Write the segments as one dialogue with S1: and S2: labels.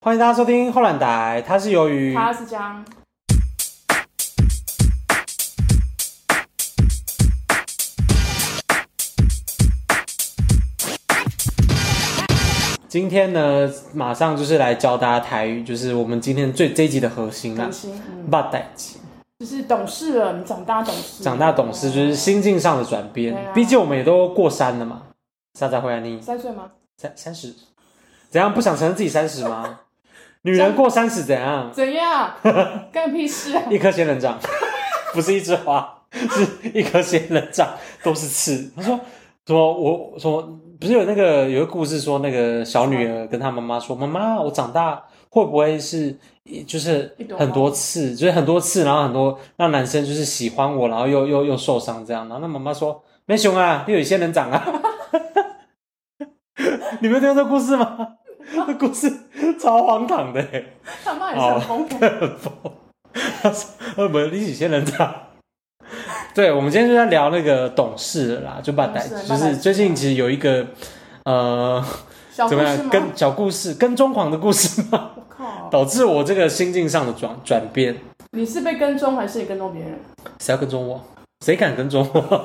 S1: 欢迎大家收听后懒台，它是由于
S2: 他是将
S1: 今天呢，马上就是来教大家台语，就是我们今天最这一集的核心啦
S2: 更，新，嗯，
S1: 八代集，
S2: 就是懂事了，你长大懂事，
S1: 长大懂事就是心境上的转变
S2: 对，啊
S1: 毕竟我们也都过三了嘛，啥才会啊你
S2: 三岁吗？
S1: 三三十，怎样不想承认自己三十 吗？女人过三十怎样？
S2: 怎样？干你屁事 啊！
S1: 一颗仙人掌，不是一枝花，是一颗仙人掌，都是刺。他说什么我什么不是有那个有个故事说那个小女儿跟她妈妈说：“妈妈，我长大会不会是一就是
S2: 一朵花
S1: 很多刺，就是很多刺，然后很多让男生就是喜欢我，然后又又又受伤这样。”然后那妈妈说：“没熊啊，又有仙人掌啊。” 你们听过这故事吗？这故事超荒唐的、欸。
S2: 他妈也是很疯
S1: 哦
S2: 狂，
S1: 他说：“呃，不，你起仙人掌。”对，我们今天就在聊那个懂事了啦，就把代
S2: 懂事了，
S1: 就
S2: 把代
S1: 是最近其实有一个呃，
S2: 小故
S1: 怎么
S2: 哦事
S1: 样，
S2: 吗？
S1: 跟小故事、跟踪狂的故事嘛，
S2: 我靠，
S1: 导致我这个心境上的转转变。
S2: 你是被跟踪还是你跟踪别人？
S1: 谁要跟踪我？谁敢跟踪我？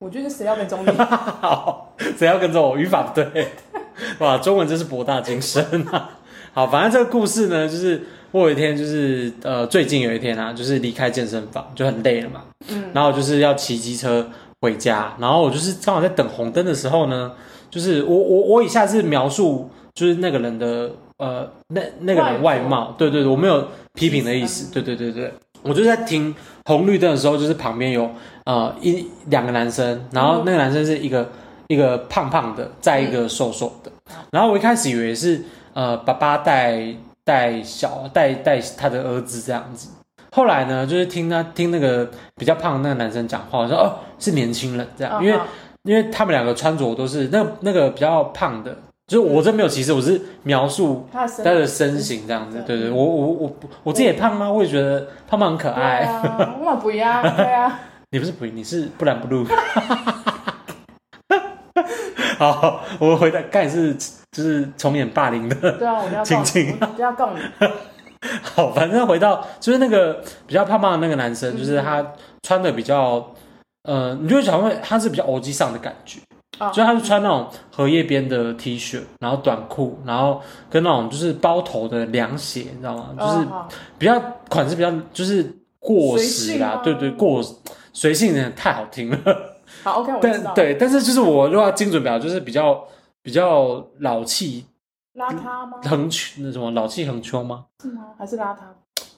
S2: 我觉得谁要跟 踪你？
S1: 好，谁要跟踪我？语法不 对，哇，中文真是博大精深啊！好，反正这个故事呢，就是我有一天就是呃，最近有一天啊，就是离开健身房就很累了嘛，
S2: 嗯，
S1: 然后就是要骑机车回家，然后我就是刚好在等红灯的时候呢，就是我我我以下是描述就是那个人的呃那那个人
S2: 外
S1: 外
S2: 貌嗯
S1: 貌，对对对，我没有批评的意思，对对对对，我就在停红绿灯的时候，就是旁边有呃一两个男生，然后那个男生是一个、一个胖胖的，再一个瘦瘦的，
S2: 嗯
S1: 然后我一开始以为是呃爸爸带带小带带他的儿子这样子。后来呢，就是听他听那个比较胖的那个男生讲话，我说哦是年轻人这样，因为
S2: 嗯
S1: 因为他们两个穿着都是那那个比较胖的，就是我这没有歧视，我是描述
S2: 他的身
S1: 他
S2: 对啊
S1: 的身形这样子。对
S2: 对
S1: 对，我我我我自己也胖啊，我也觉得胖胖很可爱。
S2: 啊，我不一样，对啊，
S1: 你不是不，你是不然不录。 好，我回答，刚才是就是重演霸凌的
S2: 对啊，我一定要告
S1: 亲
S2: 你，
S1: 亲
S2: 我一定要告你，
S1: 好，反正回到就是那个比较胖胖的那个男生，
S2: 嗯
S1: 就是他穿的比较，呃，你就会想问他是比较欧基上的感觉，
S2: 啊
S1: 所以他是穿那种荷叶边的 T 恤，然后短裤，然后跟那种就是包头的凉鞋，你知道吗？就是
S2: 啊好
S1: 比较款式比较就是过时啦，
S2: 随
S1: 对
S2: 性吗
S1: 对，过随性的太好听了。
S2: 好，OK，我知
S1: 但
S2: 道，
S1: 对，但是就是我如果要精准表达，就是比较比较老气
S2: 邋遢吗？
S1: 横秋，那什么老气横秋吗？
S2: 是吗？还是邋遢？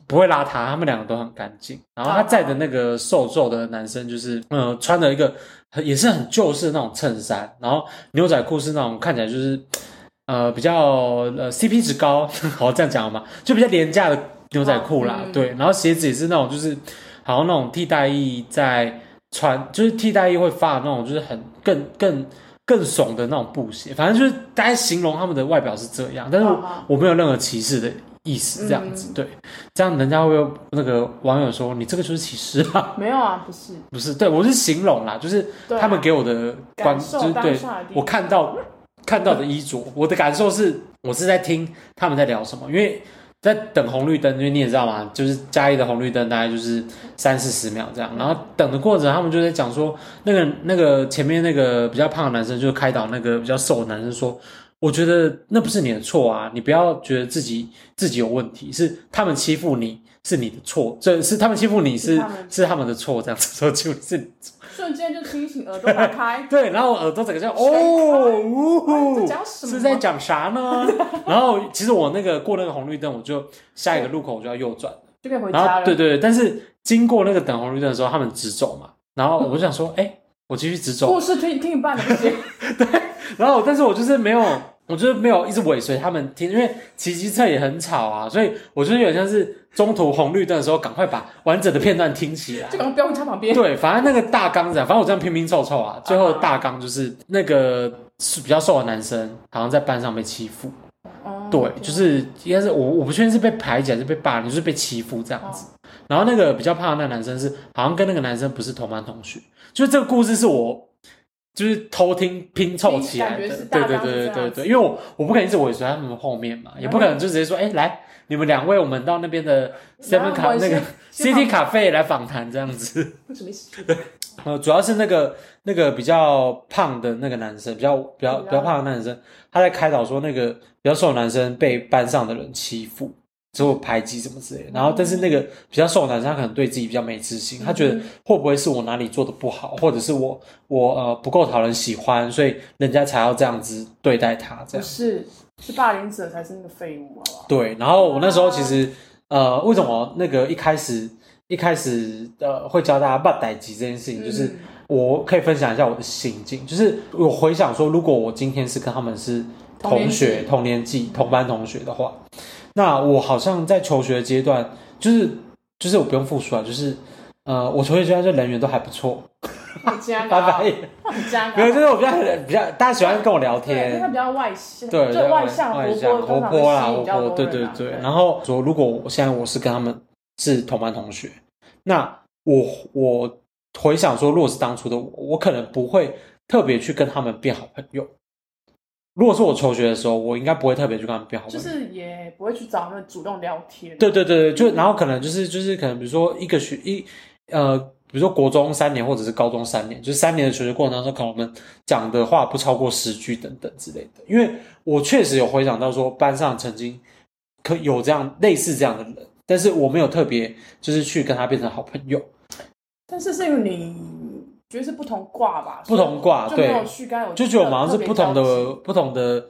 S1: 不会邋遢，他们两个都很干净。然后他载的那个瘦瘦的男生，就是呃，穿了一个很也是很旧式的那种衬衫，然后牛仔裤是那种看起来就是呃比较呃 CP 值高， 好这样讲好吗？就比较廉价的牛仔裤啦，
S2: 哦嗯
S1: 对。然后鞋子也是那种就是好像那种替代役在穿，就是替代役会发的那种，就是很更更。更怂的那种布鞋，反正就是大家形容他们的外表是这样，但是我
S2: 哦哦
S1: 我没有任何歧视的意思，这样子、
S2: 嗯
S1: 对。这样人家会有那个网友说你这个就是歧视啊，
S2: 没有啊，不是，
S1: 不是？对我是形容啦，就是
S2: 对啊
S1: 他们给我的观，
S2: 感受
S1: 就是
S2: 当
S1: 对
S2: 下的地
S1: 我
S2: 方
S1: 看到看到的衣着，我的感受是，我是在听他们在聊什么，因为在等红绿灯，因为你也知道嘛，就是嘉义的红绿灯大概就是三四十秒这样，然后等的过程，他们就在讲说，那个那个前面那个比较胖的男生就开导那个比较瘦的男生说。我觉得那不是你的错啊，你不要觉得自己自己有问题，是他们欺负你是你的错，这是他们欺负你是
S2: 是他们
S1: 是他们的错，这样子说欺负你是你，
S2: 瞬间就清醒，耳朵打开
S1: 对，然后我耳朵整个就哦，
S2: 哎
S1: 呜
S2: 在讲什么
S1: 是在讲啥 呢？然后其实我那个过那个红绿灯，我就下一个路口我就要右转，
S2: 就可以回
S1: 然
S2: 家
S1: 后
S2: 了。
S1: 对对对，但是经过那个等红绿灯的时候，他们直走嘛，然后我就想 说，哎，我继续直走，
S2: 故事听听一半的不行，
S1: 然后但是我就是没有，我就是没有一直尾随他们听，因为骑机车也很吵啊，所以我就是有点像是中途红绿灯的时候，赶快把完整的片段听起来
S2: 就。赶快飙回家旁边。
S1: 对，反正那个大纲是这样，反正我这样拼拼凑凑啊，最后的大纲就是那个是比较瘦的男生，好像在班上被欺负，
S2: 哦
S1: 对，
S2: 天啊
S1: 就是应该是我我不确定是被排挤还是被霸凌，就是被欺负这样子。
S2: 哦
S1: 然后那个比较胖的那个男生是好像跟那个男生不是同班同学，就是这个故事是我就是偷听拼凑起来
S2: 感
S1: 的
S2: 觉是，
S1: 对
S2: 大
S1: 对
S2: 纲
S1: 对
S2: 是
S1: 对
S2: 这
S1: 对
S2: 样嗯
S1: 对，因为我我不可能一直尾随他们后面嘛，也不可能就直接说，哎、来你们两位，我们到那边的 seven
S2: 然后
S1: 卡
S2: 我
S1: 那个
S2: 先先
S1: City
S2: 旁
S1: 咖啡来访谈这样子。
S2: 什么意思？
S1: 呃，主要是那个那个比较胖的那个男生，比较比较
S2: 比较
S1: 比较胖的男生，他在开导说那个比较瘦的男生被班上的人欺负，之后排挤什么之类的。
S2: 嗯
S1: 然后，但是那个比较瘦的男生，他可能对自己比较没自信，他觉得会不会是我哪里做的不好，或者是我我呃不够讨人喜欢，所以人家才要这样子对待他这
S2: 不
S1: 样。
S2: 是，是霸凌者才是那个废物，好不好？
S1: 对，然后我那时候其实呃，为什么那个一开始一开始呃会教大家办代级这件事情，就是。
S2: 嗯
S1: 我可以分享一下我的心境，就是我回想说，如果我今天是跟他们是同学、同年纪、同班同学的话，那我好像在求学阶段，就是就是我不用付出啊，就是呃，我求学阶段就人缘都还不错，
S2: 很加
S1: 拜
S2: 高，
S1: 拜。
S2: 很加高，
S1: 没有，就是我比较比较大家喜欢跟我聊
S2: 对，因为他
S1: 天。
S2: 比较外向，
S1: 对，
S2: 就外向
S1: 外
S2: 活
S1: 向
S2: 泼，
S1: 活
S2: 通常
S1: 泼啦，
S2: 会吸
S1: 活
S2: 引比较
S1: 泼，对
S2: 多人
S1: 对
S2: 啊
S1: 对。然后说，如果我现在我是跟他们是同班同学，那我我回想说，如果是当初的我，我可能不会特别去跟他们变好朋友。如果是我求学的时候，我应该不会特别去跟他们变好朋
S2: 就
S1: 友。
S2: 是也不会去找那种主动聊天，
S1: 对对对对，就然后可能就是就是可能比如说一个学一呃，比如说国中三年或者是高中三年，就是三年的求学过程当中，可能我们讲的话不超过十句等等之类的。因为我确实有回想到说班上曾经可有这样类似这样的人，但是我没有特别就是去跟他变成好朋友，
S2: 但是是因为你觉得是不同挂吧，
S1: 不同挂
S2: 所以就没
S1: 对
S2: 有去跟他有
S1: 就觉得我们好像
S2: 特
S1: 是
S2: 别
S1: 不同
S2: 交集
S1: 的不同的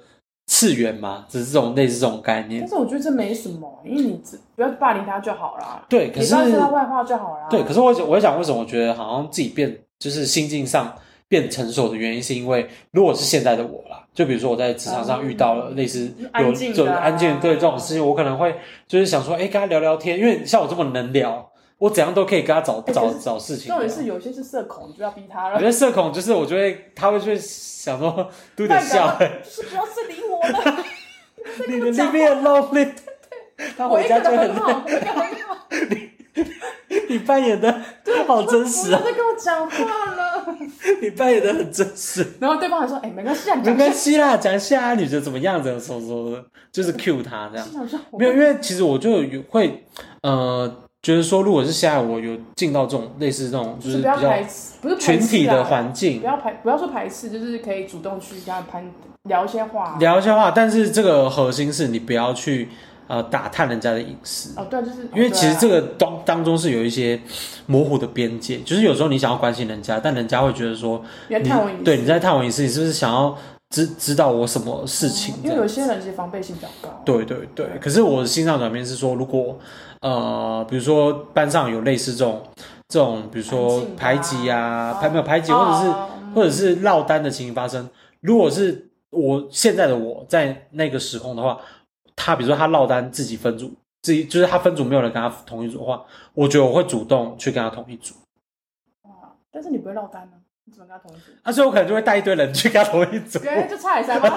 S1: 次元嘛，只是这种类似这种概念
S2: 但。是我觉得这没什么，因为你只不要霸凌他就好啦，
S1: 对，
S2: 你
S1: 可
S2: 不
S1: 是
S2: 要说他坏话就好啦。
S1: 对，可是我我想，为什么我觉得好像自己变就是心境上变成熟的原因，是因为如果是现在的我啦，就比如说我在职场上遇到了类似有
S2: 嗯安静
S1: 这
S2: 的
S1: 种
S2: 啊
S1: 案件对这种事情，我可能会就是想说，哎，跟他聊聊天，因为像我这么能聊，我怎样都可以跟他找
S2: 哎可是
S1: 找找事情
S2: 重
S1: 聊。
S2: 点是有些是社恐，你就要逼他
S1: 我觉
S2: 了。
S1: 得社恐就是，我就会他会去想说 do the 笑， 欸
S2: 就是不要再理我了，
S1: 你们 leave me alone，他
S2: 我
S1: 回
S2: 一
S1: 家
S2: 个
S1: 就
S2: 人
S1: 很
S2: 很好，我一个人很好，
S1: 你扮演的好真
S2: 不
S1: 实
S2: 要
S1: 啊，
S2: 再跟我讲话了。
S1: 你扮演的很真实。
S2: 然后对方还说：“哎，没关系啊，你
S1: 没
S2: 讲。”
S1: 关系啦，讲一下啊，你觉得怎么样？怎么怎么怎么，就是 cue 他这样
S2: 心。想说：“我
S1: 没有，因为其实我就有会，呃，觉得说，如果是现在我有进到这种类似这种，
S2: 就是是
S1: 比
S2: 不要
S1: 较
S2: 排斥，不是排斥
S1: 群
S2: 啊
S1: 体的环境
S2: 不，要排，不要说排斥，就是可以主动去跟他攀聊一些话。啊
S1: 聊一下话。但是这个核心是你不要去呃打探人家的隐私，
S2: 哦，对，就是
S1: 因为其实这
S2: 个
S1: 个当当中是有一些模糊的边界，就是有时候你想要关心人家，但人家会觉得说
S2: 原
S1: 你
S2: 探我隐
S1: 对你在探我隐私，你是不是想要知知道我什么事情？
S2: 嗯因
S1: 这
S2: 为
S1: 样
S2: 有些人其实防备心比较高。
S1: 对对对，可是我的心脏转变是说，如果呃，比如说班上有类似这种这种，比如说排
S2: 排
S1: 挤
S2: 挤
S1: 啊
S2: 啊，
S1: 排没有排挤，或者是、
S2: 哦
S1: 或者是落单的情形发生，如果是我现在的我在那个时空的话，他比如说他落单自己分组，自己就是他分组没有人跟他同一组的话，我觉得我会主动去跟他同一组，
S2: 哇但是你不会落单呢、你怎么跟他同组？
S1: 啊，所以我可能就会带一堆人去跟他同一组，
S2: 原来就差一下吗？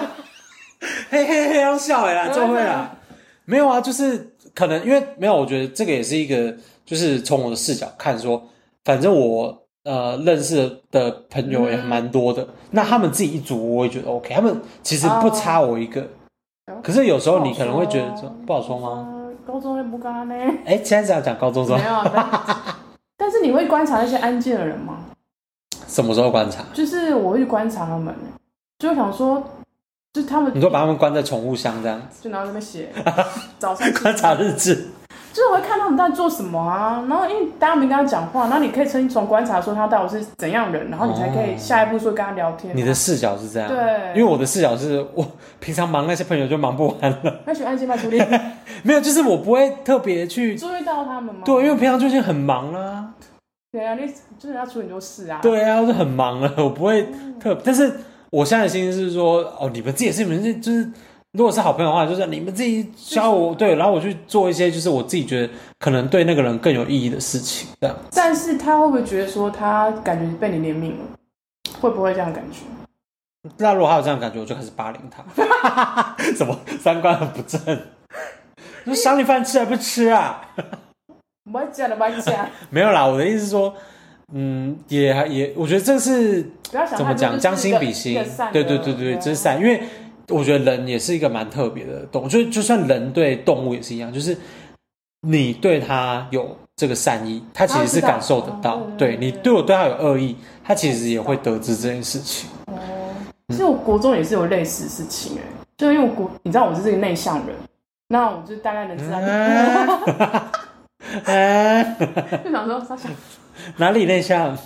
S1: 嘿嘿嘿，要笑哎啦，就会啦。没有啊，就是可能因为没有，我觉得这个也是一个，就是从我的视角看说，反正我呃认识的朋友也
S2: 嗯
S1: 蛮多的，那他们自己一组我也觉得 OK，他们其实不差我一个。
S2: 哦
S1: 可是有时
S2: 不好
S1: 候
S2: 说，
S1: 你可能会觉得说 不好说吗？
S2: 嗯？高中又不干呢，
S1: 哎，现在这样讲高中生
S2: 没有啊。 但但是你会观察那些安静的人吗？
S1: 什么时候观察？
S2: 就是我会去观察他们，欸就会想说，就他们
S1: 你说把他们关在宠物箱这样，
S2: 就拿在那边写早上起
S1: 观察日志。
S2: 就是我会看他们到底做什么啊，然后因为大家没跟他讲话，然后你可以从从观察说他到底是怎样人，然后你才可以下一步说跟他聊天、
S1: 哦
S2: 啊
S1: 你的视角是这样，
S2: 对
S1: 因为我的视角是我平常忙那些朋友就忙不完了，
S2: 那喜欢安静派处理，
S1: 没有，就是我不会特别去
S2: 你，注意到他们吗？
S1: 对，因为平常最近很忙啦、啊。
S2: 对啊，你就是要处理很多事啊。，
S1: 对啊，我就很忙了，我不会特。但是我现在的心是说，哦，你们自己是你们是就是，如果是好朋友的话，就是你们自己教我对，然后我去做一些就是我自己觉得可能对那个人更有意义的事情，这样。
S2: 但是他会不会觉得说他感觉被你怜悯了？会不会这样感觉？
S1: 那如果他有这样的感觉，我就开始霸凌他，什么三观很不正，说赏你饭吃还不吃啊？
S2: 不要讲了，不要讲。
S1: 没有啦，我的意思是说，嗯，也还也，我觉得这是
S2: 不要想
S1: 怎么讲，将心比心。对对对对，真善，因为我觉得人也是一个蛮特别的动物，就就算人对动物也是一样，就是你对它有这个善意，它其实是感受得到；
S2: 它知道哦
S1: 对
S2: 对对
S1: 你
S2: 对
S1: 对我对它有恶意，它其实也会得知这件事情。
S2: 其实我国中也是有类似的事情哎、就因为我国，你知道我是这个内向人，那我就大概能知道，
S1: 嗯哎，
S2: 就想说他想，
S1: 哪里内向？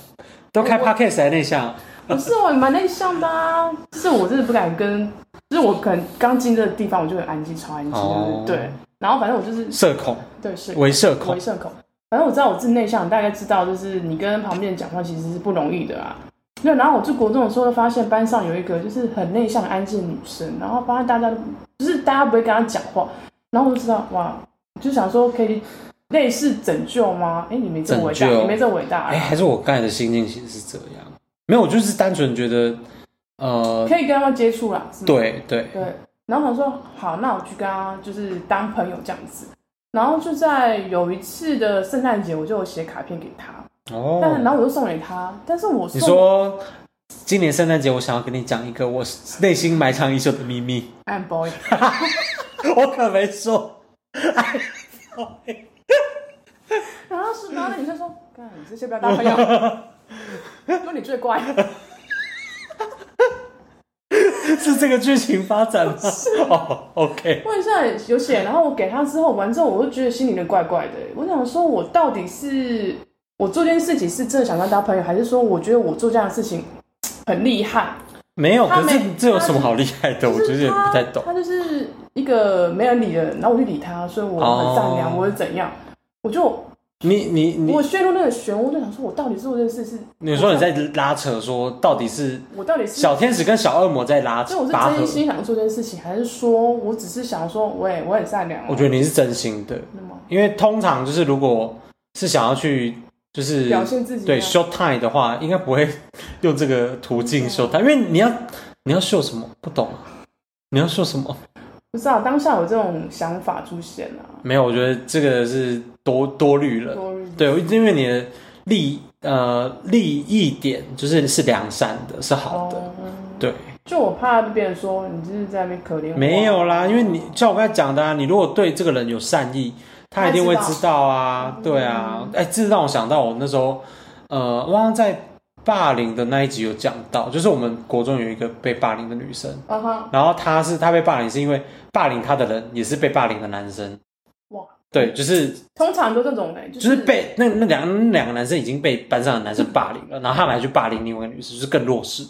S1: 都开
S2: 我
S1: podcast 还内向？
S2: 不是我也蛮内向的啊，就是我真的不敢跟，就是我可能刚进这个地方我就很安静，超安静，
S1: 哦
S2: 对，然后反正我就是
S1: 社恐，
S2: 对是
S1: 为社恐
S2: 微。社恐，反正我知道我自己内向，大概知道就是你跟旁边人讲话其实是不容易的啊。对，然后我住国中的时候，发现班上有一个就是很内向、安静的女生，然后发现大家都就是大家不会跟她讲话，然后我就知道哇，就想说可以类似拯救吗？哎，你没这么伟大，
S1: 拯救
S2: 你没这么伟大、
S1: 哎、还是我刚才的心境其实是这样，没有，我就是单纯觉得，呃，
S2: 可以跟她接触啦，是吗
S1: 对对，
S2: 对，然后想说好，那我去跟他就是当朋友这样子。然后就在有一次的圣诞节，我就有写卡片给他，但
S1: 哦，
S2: 然后我就送给他，但是我
S1: 你
S2: 送
S1: 说今年圣诞节我想要跟你讲一个我内心埋藏已久的秘密，
S2: I'm boy，
S1: 我可没说，
S2: 然后是然后那女生说，干你这些不要当朋友， 说你最乖，
S1: 是这个剧情发展 吗？哦，OK，
S2: 问一下有写，然后我给他之后完之后，我就觉得心里面怪怪的，欸我想说我到底是我做这件事情是真的想跟他当朋友，还是说我觉得我做这样的事情很厉害？
S1: 没有，
S2: 他
S1: 可
S2: 没
S1: 是这有什么好厉害的？我
S2: 就
S1: 觉
S2: 是
S1: 得也不太懂。
S2: 他就是一个没人理的人，然后我就理他，所以我很善良，
S1: 哦
S2: 我是怎样，我就
S1: 你你你
S2: 我，陷入那个漩涡，就想说我到底做这件事是，
S1: 你说你在拉扯，说到底是
S2: 我到底是
S1: 小天使跟小恶魔在拉
S2: 所以我是
S1: 拔
S2: 真
S1: 河？
S2: 心想做这件事情，还是说我只是想说，我也我很善良、啊
S1: 我觉得你是真心的。
S2: 得吗？
S1: 因为通常就是如果是想要去就是
S2: 表现自己啊
S1: 对
S2: 吗
S1: show time 的话，应该不会用这个途径
S2: 啊
S1: show time，因为你要你要 show 什么不懂啊，你要 show 什么哦
S2: 不知道当下有这种想法出现啊，
S1: 没有？我觉得这个是多多虑了，
S2: 多虑
S1: 呃对，因为你的利呃利益点就是是良善的，是好的，
S2: 哦
S1: 对，
S2: 就我怕别人说你就是在那边可怜我啊，
S1: 没有啦，因为你像我刚才讲的、啊，你如果对这个人有善意，他一定会
S2: 他知道嗯
S1: 知道啊，对啊，哎、这让我想到我那时候，呃，我好像在霸凌的那一集有讲到，就是我们国中有一个被霸凌的女生，
S2: 啊哈，
S1: 然后她是她被霸凌是因为霸凌她的人也是被霸凌的男生，
S2: 哇，
S1: 对，就是
S2: 通常都这种人，就
S1: 就是
S2: 是
S1: 被那那两那两个男生已经被班上的男生霸凌了，然后他们还去霸凌另外一个女生，就是更弱势的。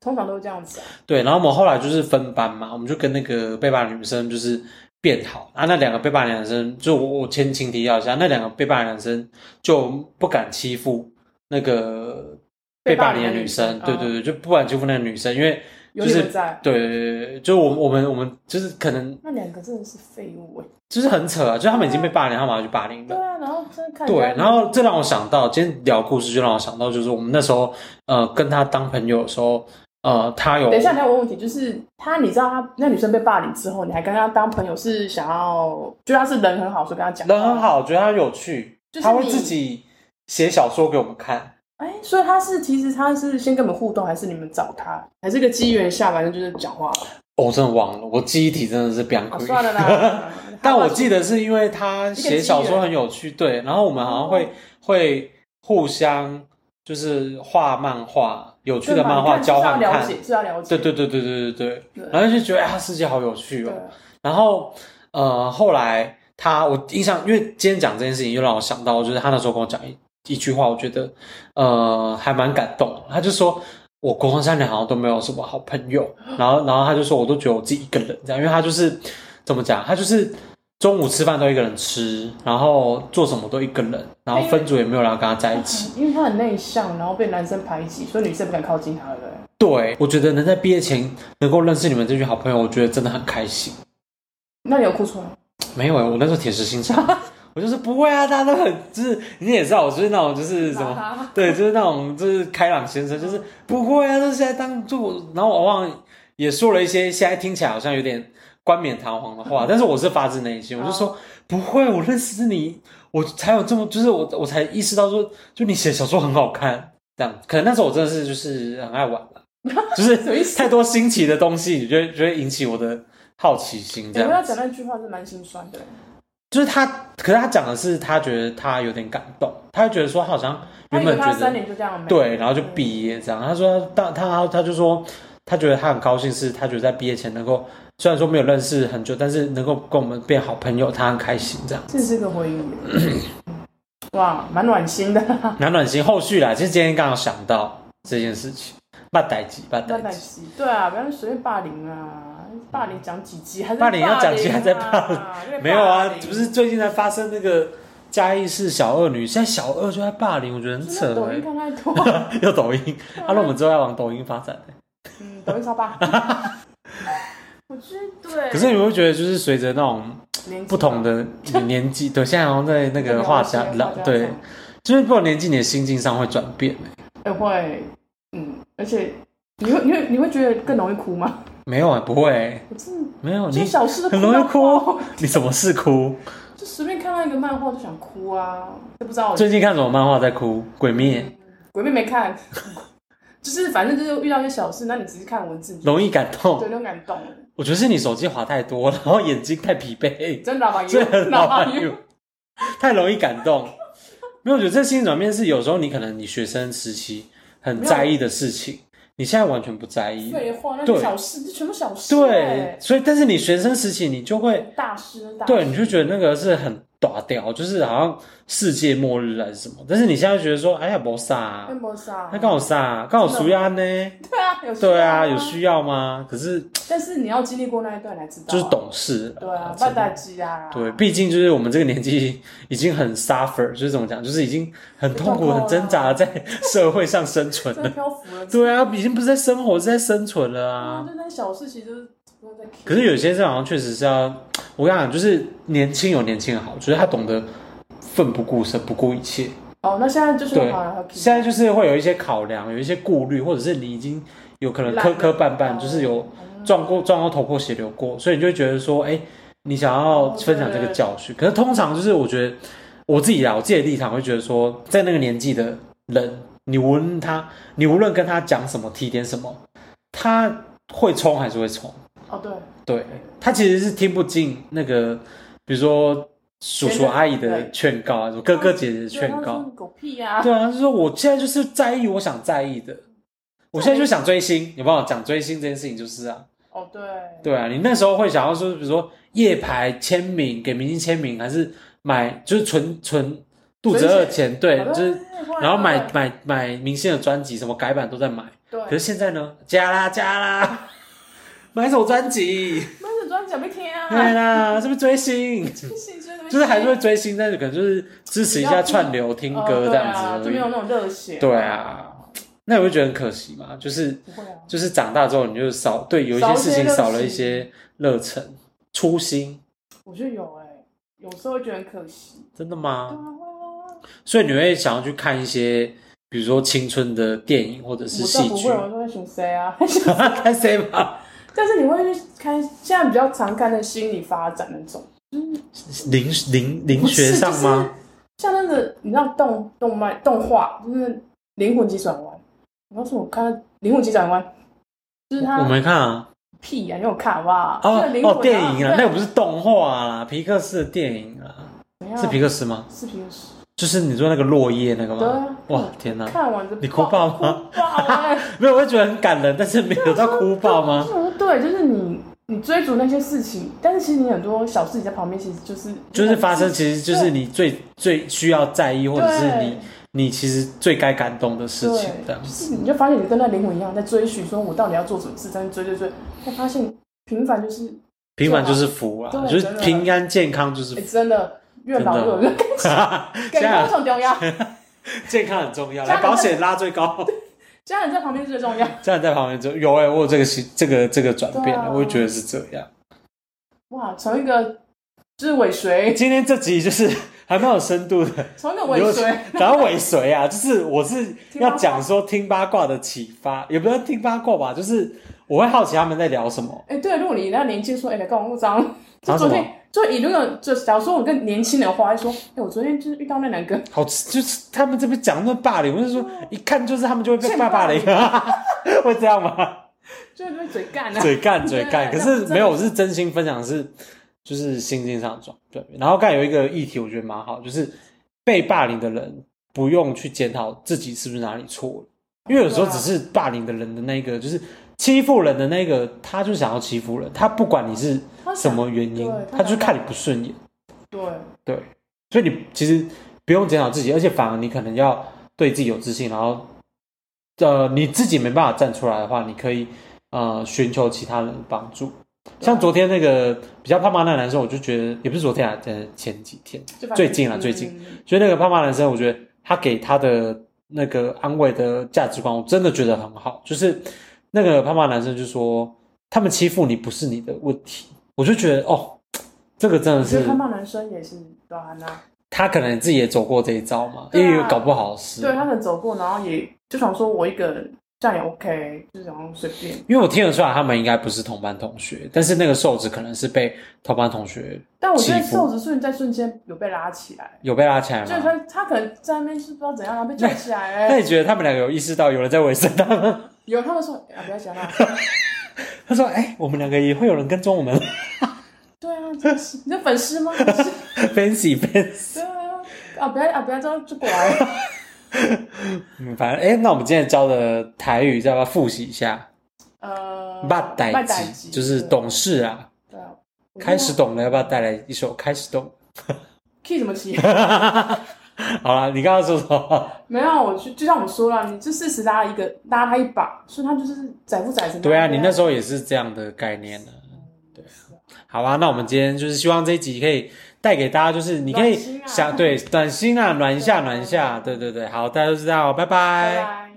S2: 通常都是这样子啊，
S1: 对，然后我们后来就是分班嘛，我们就跟那个被霸凌女生就是变好啊。那两个被霸凌男生，就我我前情提要一下，那两个被霸凌男生就不敢欺负那个被霸凌的女生，
S2: 被霸
S1: 对
S2: 凌的
S1: 对
S2: 女哦
S1: 对，就不敢欺负那个女生，因为
S2: 有
S1: 就
S2: 你
S1: 是
S2: 们在，
S1: 对对对对，就我我们我们就是可能
S2: 那两个真的是废物哎，
S1: 就是很扯啊，就他们已经被霸凌，他们还去霸凌
S2: 对
S1: 的。
S2: 啊，然后真的看人
S1: 对
S2: 家，
S1: 然后这让我想到，今天聊故事就让我想到，就是我们那时候呃跟他当朋友的时候，呃，他有
S2: 等一下，你要问问题，就是他，你知道他那女生被霸凌之后，你还跟他当朋友，是想要觉得他是人很好，所以跟他讲话
S1: 人很。好，我觉得他有趣，
S2: 就是
S1: 他会
S2: 你
S1: 自己写小说给我们看。
S2: 哎，所以他是其实他是先跟我们互动，还是你们找他，还是一个机缘下，反正就是讲话了。
S1: 哦我真的忘了，我记忆体真的是比较
S2: 啊、
S1: 亏。，
S2: 算了啦
S1: 但我记得是因为他
S2: 一个机
S1: 写
S2: 缘
S1: 小说很有趣，对，然后我们好像会、会互相就是画漫画，有趣的漫画
S2: 对
S1: 交
S2: 嘛
S1: 换
S2: 你看
S1: 看
S2: 是要了。解，是要了解。
S1: 对对对对对对对，
S2: 对
S1: 然后就觉得啊，世界好有趣哦
S2: 对。
S1: 然后呃，后来他我印象，因为今天讲这件事情，又让我想到，就是他那时候跟我讲一一句话，我觉得呃还蛮感动的。他就说，我国中三年好像都没有什么好朋友， 然后然后他就说，我都觉得我自己一个人这样，因为他就是怎么讲，他就是。中午吃饭都一个人吃，然后做什么都一个人，然后分组也没有人要跟他在一起。
S2: 因为他很内向，然后被男生排挤，所以女生不敢靠近他了。
S1: 对，我觉得能在毕业前能够认识你们这群好朋友，我觉得真的很开心。
S2: 那你有哭出来吗？
S1: 没有欸，我那时候铁石心肠， 我就是不会啊，大家都很就是你也知道，我就是那种就是什么，对，就是那种就是开朗先生，就是不会啊，就是现在当做我，然后我忘了也说了一些现在听起来好像有点冠冕堂皇的 话，但是我是发自内心，我就
S2: 哦
S1: 说不会，我认识你，我才有这么，就是我我才意识到说，就你写小说很好看，这样。可能那时候我真的是就是很爱玩了，就
S2: 什么意
S1: 是
S2: 思
S1: 太多新奇的东西，你就会就会引起我的好奇心，这
S2: 你们要
S1: 样。
S2: 讲那句话是蛮心酸的，
S1: 就是他，可是他讲的是他觉得他有点感动，他就觉得说他好像
S2: 他
S1: 原
S2: 以为
S1: 本
S2: 他
S1: 觉
S2: 三
S1: 得
S2: 年嗯就这样没，
S1: 对，然后就毕业这样。他说他他他就说他觉得他很高兴，是他觉得在毕业前能够虽然说没有认识很久，但是能够跟我们变好朋友，他很开心这样。
S2: 这是个回忆，哇，蛮暖心的，
S1: 暖暖心后续啦，其实今天刚好想到这件事情，把逮鸡，把
S2: 那
S1: 逮
S2: 奶
S1: 鸡。
S2: 昔，对啊，不要随便霸凌啊，霸凌讲几集还在
S1: 霸凌要讲几集还在
S2: 霸
S1: 霸
S2: 凌
S1: 凌
S2: 啊，因为霸凌
S1: 没有啊，不是最近才发生那个嘉义市小恶女，现在小恶就在霸凌，我觉得很
S2: 真的
S1: 扯
S2: 抖音啊
S1: 哎、
S2: 看太多，
S1: 欸。 又抖音，阿乐我们之后要往抖音发展、欸。
S2: 嗯，抖音超霸， 我觉得对，
S1: 可是你会觉得，就是随着那种
S2: 年纪
S1: 不同
S2: 嘛
S1: 的年纪，对，现在好像在那
S2: 在
S1: 个
S2: 聊
S1: 画
S2: 一些
S1: 家老
S2: 画家
S1: 对
S2: 上，
S1: 就是不同年纪，你的心境上会转变、欸。
S2: 哎会，嗯，而且你会你会你会觉得更容易哭吗？
S1: 没有啊、不会、欸，
S2: 我真的
S1: 没有
S2: 这些
S1: 你，
S2: 小事都
S1: 很容易
S2: 到
S1: 哭啊
S2: 爆，
S1: 你什么事哭？
S2: 就随便看到一个漫画就想哭啊，都不知道我
S1: 最近看什么漫画在哭？鬼灭，
S2: 鬼妹没看， 就是反正就是遇到一些小事，那你只是看文字，你就
S1: 容易感动
S2: 对。那种感动，
S1: 我觉得是你手机滑太多，然后眼睛太疲惫，
S2: 真 的老板
S1: 所以
S2: 有，
S1: 很老
S2: 板
S1: 板
S2: 有
S1: 有，太容易感动。没有，我觉得这心理转变是有时候你可能你学生时期很在意的事情，你现在完全不在意。
S2: 废话，那
S1: 对
S2: 些小事这全部小事、
S1: 对
S2: 欸，，
S1: 所以但是你学生时期你就会
S2: 大事大事
S1: 对，你就觉得那个是很打掉，就是好像世界末日还是什么。但是你现在觉得说，哎呀，没啥、啊
S2: 那，没啥，
S1: 那刚好啥，刚好
S2: 嗯真的
S1: 熟呀呢。
S2: 对啊，有需要
S1: 对啊，有，需要吗？可是
S2: 但是你要经历过那一段才知道、啊
S1: 就是，懂事了，
S2: 对啊，
S1: 真的
S2: 半大鸡啊，
S1: 对，毕竟就是我们这个年纪已经很 suffer，就是怎么讲，就是已经很痛
S2: 痛
S1: 苦、
S2: 苦了
S1: 很挣扎，在社会上生存
S2: 真的
S1: 了。
S2: 漂浮了，
S1: 对啊，已经不是在生活，是在生存了
S2: 啊，
S1: 啊。
S2: 就那小事其实就是不用再 care
S1: 可是有些事好像确实是要，我跟你讲，就是年轻有年轻的好，就是他懂得奋不顾身、不顾一切。
S2: 哦，那现在就是
S1: 对
S2: 好了，
S1: 现在就是会有一些考量，有一些顾虑，或者是你已经有可能磕磕绊
S2: 哦
S1: 绊，就是有撞过、撞到头破血流过，所以你就会觉得说，哎、你想要分享这个教训。可是通常就是我觉得我自己啦，我自己的立场会觉得说，在那个年纪的人，你无论他，你无论跟他讲什么、提点什么，他会冲还是会冲。
S2: 哦，对，
S1: 对他其实是听不进那个，比如说叔叔阿姨的劝告啊，什么哥哥姐姐的劝
S2: 对他
S1: 告
S2: 说。你狗屁呀、啊，
S1: 对啊，他就说我现在就是在意我想在意的，我现在就想追星，有没有？讲追星这件事情就是啊，
S2: 哦对，
S1: 对啊，你那时候会想要说，比如说夜排签名，给明星签名，还是买就是存存肚子饿钱，对
S2: 好，的
S1: 就是
S2: 坏
S1: 然后买
S2: 坏
S1: 买买明星的专辑，什么改版都在买。
S2: 对，
S1: 可是现在呢，加啦加啦， 买首专辑，
S2: 那是专讲没听
S1: 对
S2: 啊，
S1: 啦，是不是追星？ 就是还是会追星，但是可能就是支持一下串流听歌这样子
S2: 哦对啊、
S1: 而
S2: 就
S1: 已
S2: 没有那种热血，
S1: 对啊，那你会觉得很可惜吗？就是
S2: 不会啊，
S1: 就是长大之后，你就少对有一些事情
S2: 少
S1: 少
S2: 了
S1: 了
S2: 一
S1: 一
S2: 些
S1: 些热忱、初心，
S2: 我觉得有哎、有时候会觉得很可惜，
S1: 真的
S2: 啊
S1: 吗？所以你会想要去看一些，比如说青春的电影或者是
S2: 我倒
S1: 戏
S2: 不
S1: 剧
S2: 会，，我都会选谁啊？
S1: 看谁吧？
S2: 但是你会去看，现在比较常看的心理发展那种，
S1: 灵灵灵
S2: 不
S1: 学
S2: 是
S1: 上吗？？
S2: 就是、像那个你知道动动漫动画，就是灵魂急转弯。你告诉我看灵魂急转弯，就是
S1: 我
S2: 他
S1: 没看啊，
S2: 屁呀、你有看好不好？
S1: 哦
S2: 这个灵魂
S1: 哦，电影啊，
S2: 对
S1: 那个不是动画啊，皮克斯的电影啊，
S2: 怎么样
S1: 是皮克斯吗？
S2: 是皮克斯，
S1: 就是你说那个落叶那个
S2: 对
S1: 吗？
S2: 啊，
S1: 哇，天哪！
S2: 看完就
S1: 你哭爆吗？
S2: 哭爆哎、
S1: 没有，我会觉得很感人，但是没有到 哭爆吗？
S2: 不对，就是你你追逐那些事情，但是其实你很多小事情在旁边，其实就是
S1: 就是发生，其实就是你最最需要在意，或者是你你其实最该感动的事情
S2: 对
S1: 这样
S2: 就
S1: 子。
S2: 是你就发现你跟那灵魂一样在追寻，说我到底要做什么事，但是追追追，才发现平凡就是
S1: 平凡就是福啊
S2: 对，
S1: 就是
S2: 真的
S1: 平安健康就是
S2: 哎、
S1: 福。
S2: 真的越老 越有人
S1: 现
S2: 感觉
S1: 在
S2: 很重要，
S1: 健康很重要，
S2: 家
S1: 来
S2: 人在
S1: 保险拉最高。
S2: 家人在旁边最重要。
S1: 家人在旁边就有哎、我有这个心这个这个转变
S2: 对
S1: 了，
S2: 啊
S1: 我也觉得是这样。
S2: 哇，从一个就是尾随，
S1: 今天这集就是 还蛮有深度的，
S2: 从一个尾随，
S1: 然后尾随啊，就是我是
S2: 听八卦
S1: 要讲说听八卦的启发，也不是听八卦吧，就是我会好奇他们在聊什么。
S2: 哎、对，如果你那年轻说，哎、来跟我脏，就
S1: 讲什
S2: 昨
S1: 么
S2: 天，就以如果就假如说我跟年轻人话，就说，哎、我昨天就是遇到那两个，
S1: 好，就是他们这边讲那么霸凌，我就说
S2: 嗯
S1: 一看就是他们就会被霸霸凌， 会这样 吗？
S2: 就是被嘴干了、啊。
S1: 嘴干嘴干，可
S2: 对
S1: 是
S2: 那
S1: 没有，我是真心分享的是就是心境上的状对。然后刚才有一个议题，我觉得蛮好，就是被霸凌的人不用去检讨自己是不是哪里错了，因为有时候
S2: 对啊
S1: 只是霸凌的人的那个就是欺负人的那个，他就想要欺负人，他不管你是
S2: 他
S1: 什
S2: 想？
S1: 么原因
S2: 对，他
S1: 他就是
S2: 想
S1: 看你不顺眼。
S2: 对，
S1: 对，所以你其实不用检讨自己，而且反而你可能要对自己有自信，然后呃你自己没办法站出来的话，你可以呃寻求其他人的帮助。像昨天那个比较胖胖的男生，我就觉得也不是昨天啊，呃前几天，
S2: 就把
S1: 最近啦
S2: 嗯
S1: 最近所以那个胖胖男生，我觉得他给他的那个安慰的价值观，我真的觉得很好。就是那个胖胖男生就说，他们欺负你不是你的问题，我就觉得哦，这个真的
S2: 我觉
S1: 是
S2: 得看到男生也是对啊，那
S1: 他可能自己也走过这一招嘛，
S2: 对啊
S1: 因为搞不好是。
S2: 对他们走过，然后也就想说我一个人这样也 OK，就想要随便。
S1: 因为我听得出来，他们应该不是同班同学，但是那个瘦子可能是被同班同学
S2: 但我觉得
S1: 欺负
S2: 瘦子瞬在瞬间有被拉起来，
S1: 有被拉起来
S2: 就是
S1: 吗？
S2: 他他可能在那边是不知道怎样，然后被拽起 来、
S1: 那
S2: 哎
S1: 你觉得他们两个有意识到有人在围生他们？
S2: 有他们说啊，不要讲啦，
S1: 他说：“哎、我们两个也会有人跟踪我们
S2: 对啊，真是你的粉丝吗？粉丝
S1: ，fancy fancy。
S2: 对啊，啊不要啊不要这样就过来，”
S1: 嗯，反正哎、那我们今天教的台语，要不要复习一下？
S2: 呃，
S1: 八
S2: 拜
S1: 代
S2: 代
S1: 机就是懂事啊，
S2: 对啊，
S1: 开始懂了，要不要带来一首《开始懂
S2: key 怎么起？》？
S1: 好了，你刚刚说什么？
S2: 没有，啊我就就像我说了，你就适时拉一个拉他一把，所以他就是宰不宰什么？
S1: 对啊，你那时候也是这样的概念啊呢、
S2: 对
S1: 好啊，那我们今天就是希望这一集可以带给大家，就是你可以
S2: 暖心啊
S1: 想、对暖心啊，暖一下，
S2: 对
S1: 暖一下，对对对，好，大家都知道，拜
S2: 拜拜。